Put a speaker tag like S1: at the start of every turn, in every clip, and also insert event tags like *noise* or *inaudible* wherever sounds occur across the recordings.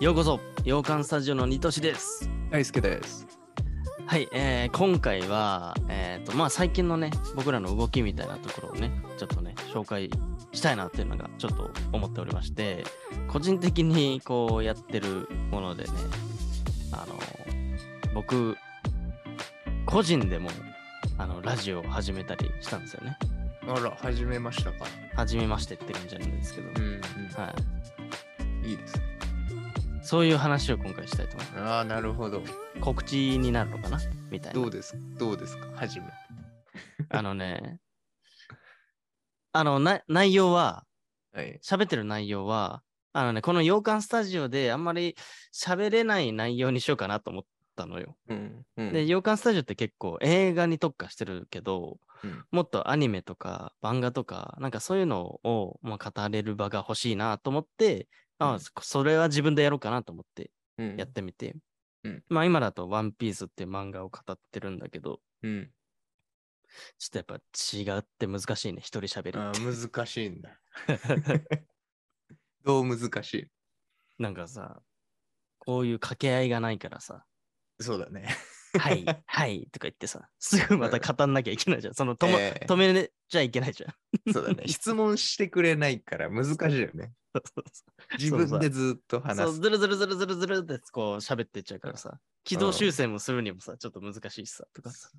S1: ようこそ洋館スタジオのニトシです
S2: 大輔です。
S1: はい、えー今回は、えーとまあ、最近のね僕らの動きみたいなところをねちょっとね紹介したいなっていうのがちょっと思っておりまして個人的にこうやってるものでねあの僕個人でもあのラジオを始めたりしたんですよね
S2: あら、始めましたか。
S1: 初めましてって感じなんですけど、
S2: ん、
S1: はい、
S2: いいですね。
S1: そういう話を今回したいと思います
S2: ああ、なるほど。
S1: 告知になるのかなみたいな
S2: どうですどうですか始め。
S1: あのね、あの、な内容は、
S2: はい。
S1: 喋ってる内容は、あのね、この洋館スタジオであんまり喋れない内容にしようかなと思ったのよ。
S2: うん。うん
S1: で、洋館スタジオって結構映画に特化してるけど、
S2: うん
S1: もっとアニメとか漫画とか、なんかそういうのを、まあ、語れる場が欲しいなと思って、あ
S2: うん
S1: そそれは自分でやろうかなと思って
S2: うん
S1: やってみて。
S2: うん
S1: まあ今だとワンピースっていう漫画を語ってるんだけど、
S2: うん。
S1: ちょっとやっぱ違って難しいね、一人喋り。
S2: あー難しい *laughs* んだ。どう難し
S1: なんかさ、こういう掛け合いがないからさ、 *laughs*
S2: いそうだね。
S1: はい、はいとか言ってさ、すぐまた語んなきゃいけないじゃん。その止,、ま
S2: *laughs* ええ
S1: 止めちゃいけないじゃん。
S2: そうだね。質問してくれないから難しいよ *laughs* ね。自分でずっと
S1: そ
S2: *laughs* 話
S1: う、
S2: す。
S1: ずるずるずるずるずるってこう喋ってっちゃうからさ、軌道修正もするにもさ、ちょっと難しいしさ、とかさ、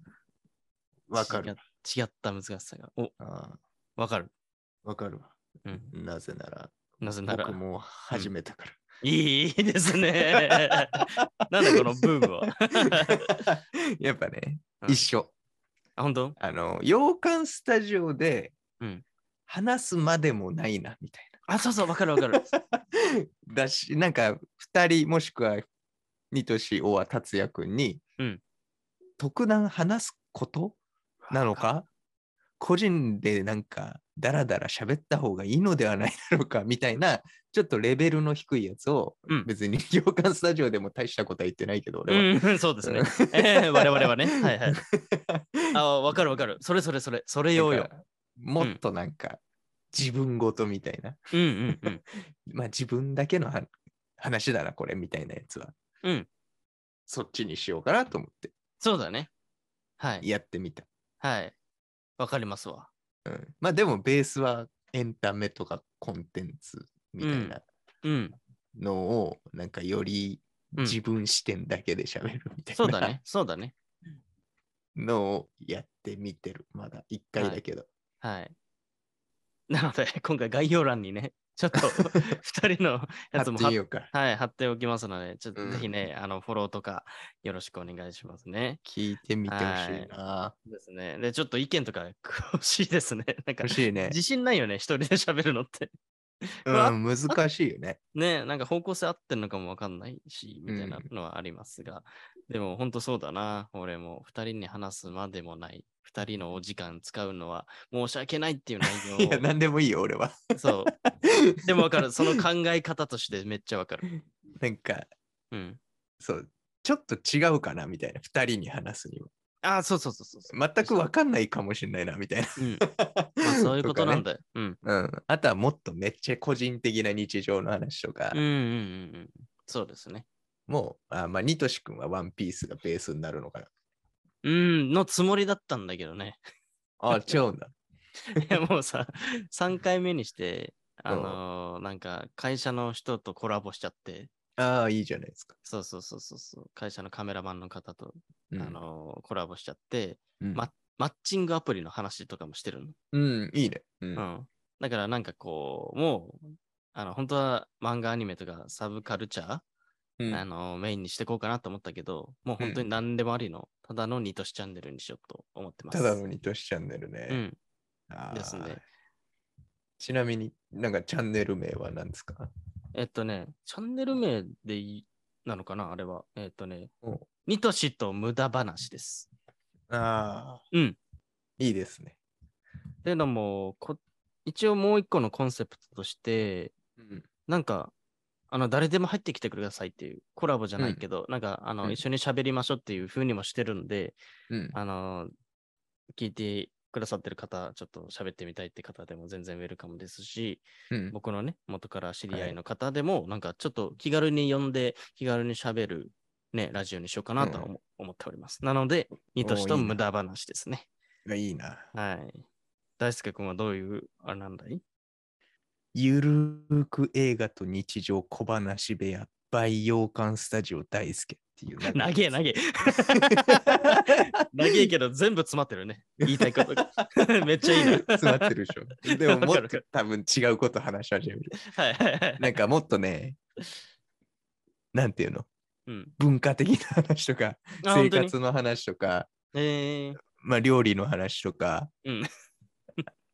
S2: わかる。
S1: 違違った難しさが、お、
S2: あー
S1: わかる。
S2: わかるわ。
S1: うん、
S2: なぜなら、
S1: なぜなら
S2: 僕、も始めたから。
S1: いいです
S2: *laughs*
S1: ね。なんだこのブームは。 *laughs*
S2: やっぱね、
S1: うん
S2: 一緒。
S1: あ、本当
S2: あの、洋館スタジオで
S1: うん
S2: 話すまでもないな、みたい
S1: あ、そうそう、わかるわかる。
S2: な。 *laughs* だし、なんか、二人もしくは、ニトシ、オア、達也くんに、
S1: うん
S2: 特段話すことなのか個人でなんか、ダラダラ喋った方がいいのではないだろうか、みたいな、ちょっとレベルの低いやつを、
S1: うん
S2: 別に *laughs* 洋館スタジオでも大したことは言ってないけど、俺は。
S1: うん、 *laughs* そうですね。ええ我々はね。はい
S2: *laughs*
S1: はい。 *laughs* あ、わかるわかる。それそれそれ。それよう
S2: な
S1: よ
S2: ん。かもっとなんか、自分ごとみたいな、
S1: うんうんうん。
S2: まあ自分だけのは話だな、これみたいなやつは。
S1: うん。
S2: そっちにしようかなと思って
S1: *laughs* そうだね。はい。
S2: やってみた。
S1: はい。わかりますわ。
S2: うん、まあでもベースはエンタメとかコンテンツみたいな
S1: うん。
S2: のを、なんかより
S1: うん
S2: 自分視点だけで喋るみた
S1: そう
S2: い
S1: だ
S2: な
S1: ね。そうだね。
S2: のをやってみてる。まだ1回だけど。
S1: はい。なので、 *laughs* 今回概要欄にね、ちょっ *laughs* と2人のや
S2: や
S1: つも
S2: って
S1: 貼っ
S2: みようか。
S1: はい、貼っておきますので、ちょっ
S2: う
S1: と
S2: ん
S1: ぜひね、あの、フォローとかよろしくお願いしますね。
S2: 聞いてみてほしいな。
S1: ですね。で、ちょっと意見とか欲しいですね。なんか
S2: 欲、しいね。
S1: 自信ないよね、一人で喋るのって。
S2: う
S1: あ
S2: ん、難しいよね。
S1: ね、なんか方向性合ってるのかもわかんないし、みたいなのはありますが、でも本当そうだな、俺も2人に話すまでもない、2人のお時間使うのは申し訳ないっていう
S2: い
S1: 内
S2: や、
S1: 容
S2: なんでもいいよ、俺は。
S1: を、そう、でもわかる、その考え方としてめっちゃわかる。
S2: *laughs* なんか、
S1: うん。
S2: そう、ちょっと違うかなみたいな、二人に話すには。
S1: ああ、そうそうそうそうそ
S2: 全く分かんないかもしれないなみたいな。
S1: う。うん。まあ、そういう *laughs* ことなん
S2: だ。
S1: だよ。うん。
S2: うん、あとはもっとめっちゃ個人的な日常の話とか、
S1: うんうんうんうん。そうですね。
S2: もう、あまあ、ニトシ君はワンピースがベースになるのかな。
S1: うん、のつもりだったんだけどね。
S2: あ、違
S1: *laughs*
S2: うんだ。
S1: いやもうさ、3回目にして、あ
S2: うん
S1: のーなんか会社の人とコラボしちゃって、
S2: ああ、いいじゃないですか。
S1: そうそうそうそうそう。会社のカメラマンの方と、
S2: うん
S1: あ、のーコラボしちゃって、
S2: うん
S1: まマッチングアプリの話とかもしてるの。
S2: うん、いいね。うん。
S1: う
S2: うん
S1: ん。だからなんかこう、もう、あの、本当は漫画アニメとかサブカルチャー、あのーメインにしていこうかなと思ったけど、もう本当に何でもありの、ただのニトシチャンネルにしようと思ってます。
S2: ただのニトシチャンネルね。
S1: うん。
S2: あー
S1: ですね。
S2: ちなみになんかチャンネル名は何ですか
S1: えっとね、チャンネル名でいいなのかなあれは。えっとね
S2: うん、
S1: ニトシと無駄話です。
S2: ああ、
S1: うん。
S2: いいですね。
S1: っていうのも、こ一応もう一個のコンセプトとして、
S2: うん。
S1: なんか、あの、誰でも入ってきてくださいっていう、コラボじゃないけど、なんか、あの、
S2: うん
S1: 一緒に喋りましょうっていう風にもしてるんで、
S2: うん、
S1: あの、聞いてくださってる方、ちょっと喋ってみたいって方でも全然ウェルカムですし、
S2: うん
S1: 僕のね、元から知り合いの方でも、なんかちょっと気軽に呼んで、気軽に喋る、ね、ラジオにしようかなとは思,、っております。なので、2としと
S2: おーいいな
S1: 無駄話ですね。
S2: がいいな。
S1: はい。大輔君はどういう、あれなんだい
S2: ゆるーく映画と日常小話部屋、培養館スタジオ大輔って *laughs* いう。
S1: 長え長え。長えけど全部詰まってるね。言いたいこと *laughs* が。めっちゃいいな。
S2: 詰まってるでしょ。でもも
S1: わか
S2: っ
S1: る
S2: と多分違うこと話し始める。
S1: はいはいはい。
S2: なんかもっとね、なんていうの
S1: うん。
S2: 文化的な話とか、
S1: あ
S2: 生。
S1: 本当に
S2: 活の話とか、
S1: えー
S2: まあ料理の話とか、
S1: うん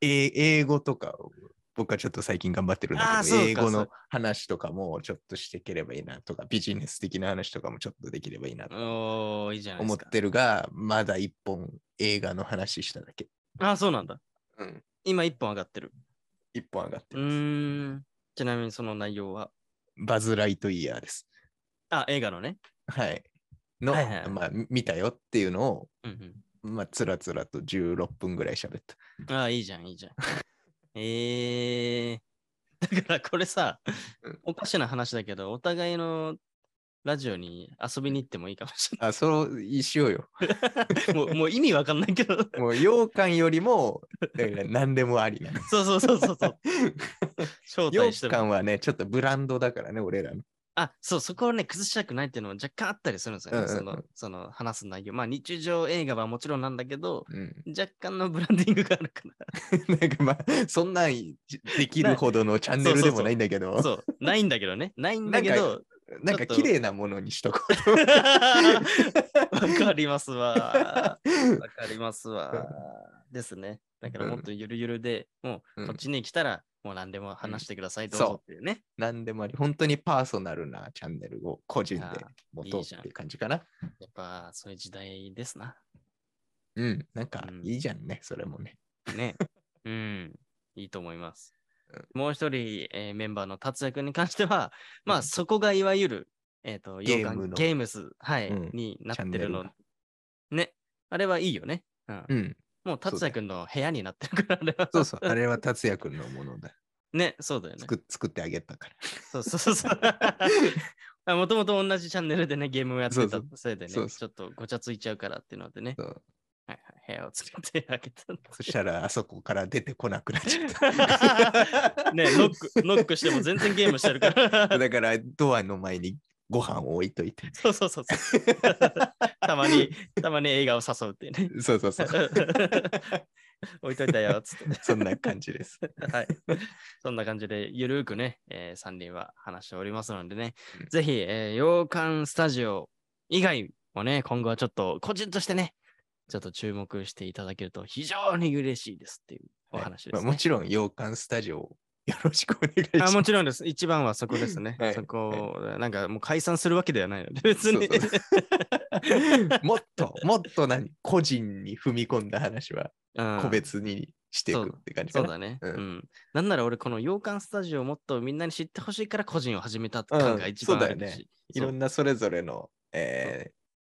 S2: え英語とかを僕はちょっと最近頑張ってるん
S1: あー
S2: だけ
S1: そう
S2: ど、
S1: か
S2: 英語
S1: そ
S2: の
S1: う
S2: 話とかもちょっとしていければいいなとか、ビジネス的な話とかもちょっとできればいいなと
S1: おー、いいじゃないで
S2: 思っ
S1: すか。
S2: てるが、まだ一本映画の話しただけ。
S1: あ、そうなんだ。
S2: うん。
S1: 今1本上がってる。
S2: 一本上がっ
S1: う
S2: てます。
S1: ーん。ちなみにその内容は。
S2: バズ・ライトイヤーです。
S1: あ、映画のね。
S2: はい。の、
S1: はいはい
S2: まあ、見たよっていうのを、
S1: うん
S2: まあ、つらつらと16分ぐらい喋った。
S1: うん。あ、いいじゃん、いい
S2: *laughs*
S1: じゃん。えー。だからこれさ
S2: うん、
S1: おかしな話だけど、お互いのラジオに遊びに行ってもいいかもし
S2: あ、そう、一しようよ。
S1: れない。もうもう意味わかんないけど。
S2: もう、羊羹よりも、だから何でもありなの。
S1: そうそうそうそう
S2: *laughs*
S1: そう。招待して
S2: 羊
S1: も。
S2: 羹はね、ちょっとブランドだからね、俺らの。
S1: あ、そう、そこをね、崩したくないっていうのは若干あったりするんですよね。
S2: うんうんうん
S1: その、その話す内容。まあ、日常映画はもちろんなんだけど、
S2: うん。
S1: 若干のブランディングがあるか
S2: *laughs* なんかまあ、そんなんいできるほどのチャンネルでもないんだけど、
S1: ら。そう、ないんだけどね。ないんだけど。
S2: なんか綺麗なものにしとこうと
S1: *laughs*
S2: 思って
S1: わかりますわ。わかりますわ。ですね。だからもっとゆるゆるで、もうこっちに来たら、もう何でも話してください、どうぞっていうね。
S2: 何でもあり、本当にパーソナルなチャンネルを個人で
S1: いやー
S2: 持
S1: い
S2: とう
S1: い
S2: っ
S1: じ
S2: て
S1: ゃん
S2: いう感じかな。
S1: やっぱ、そういう時代ですな。
S2: うん、なんか
S1: うん
S2: いいじゃんね、それもね。
S1: ね。うん。いいと思います
S2: うん。
S1: もう一人、えーメンバーの達也君に関しては、ま
S2: う
S1: あ
S2: ん
S1: そこがいわゆる、えっ、と、
S2: ゲーム
S1: 洋館
S2: の
S1: ゲームス、はい、
S2: うん
S1: になっ
S2: チャン
S1: て
S2: ネ
S1: る
S2: ル
S1: の
S2: が。
S1: ね。あれはいいよね。うん。
S2: うん、
S1: もう達也君の部屋になってるから、あれは。
S2: そうそう、あれは達也くんのものだ。
S1: ね、そう *laughs* だよね。
S2: 作作ってあげたから。
S1: そうそうそう
S2: *laughs*
S1: そう。もともと同じチャンネルでね、ゲームをやって
S2: そ
S1: た
S2: うそ
S1: せいでね、ち
S2: そ
S1: ょ
S2: うそ
S1: っとごちゃついちゃうからっていうのでね、
S2: そう
S1: はいはい、部屋を作ってあげたんです
S2: そしたら、あそこから出てこなくなっちゃった。
S1: *laughs* ね、ノック、ノックしても全然ゲームしてるから。
S2: だから、ドアの前にご飯を置いといて。
S1: そうそうそうそう。たまに、たまに映画を誘うっていうね。
S2: そうそうそう。
S1: *laughs* 置いといたよ、つって。
S2: そんな感じです。
S1: はい。そんな感じで、ゆるーくね、えー、3人は話しておりますのでね、
S2: うん
S1: ぜひ、えー、洋館スタジオ以外もね、今後はちょっと個人としてね、ちょっと注目していただけると非常に嬉しいですっていうお話で
S2: はい
S1: す、
S2: まあも
S1: ね
S2: ちろん、洋館スタジオをよろしくお願いしま
S1: あ。
S2: す。
S1: もちろんです。一番はそこですね。
S2: *laughs* はい
S1: そこ、なんかもう解散するわけではないので、別に。
S2: そうそう *laughs* もっと、もっと何個人に踏み込んだ話は
S1: *laughs* うん
S2: 個別にしていくって感じか
S1: そう
S2: な。
S1: だね。う。
S2: うんん
S1: なんなら俺、この洋館スタジオをもっとみんなに知ってほしいから個人を始めたって感が一番あるし、
S2: うんそうだよねい
S1: そう
S2: ろんなそれぞれの、えー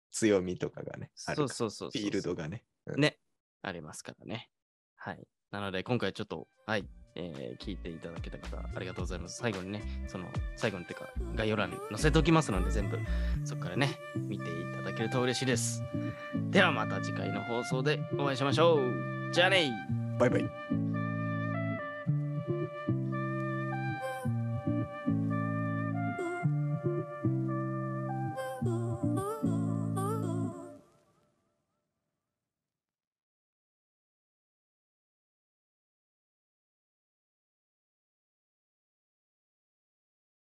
S2: 強みとかがね、
S1: そ
S2: あるから
S1: うそうそうそう。
S2: フィールドがね。うん
S1: ね、ありますからね。はい。なので、今回ちょっと、はい、えー聞いていただけた方、ありがとうございます。最後にね、その、最後にっていうか、概要欄に載せておきますので、全部、そこからね、見ていただけると嬉しいです。ではまた次回の放送でお会いしましょう。じゃあねー
S2: バイバイ。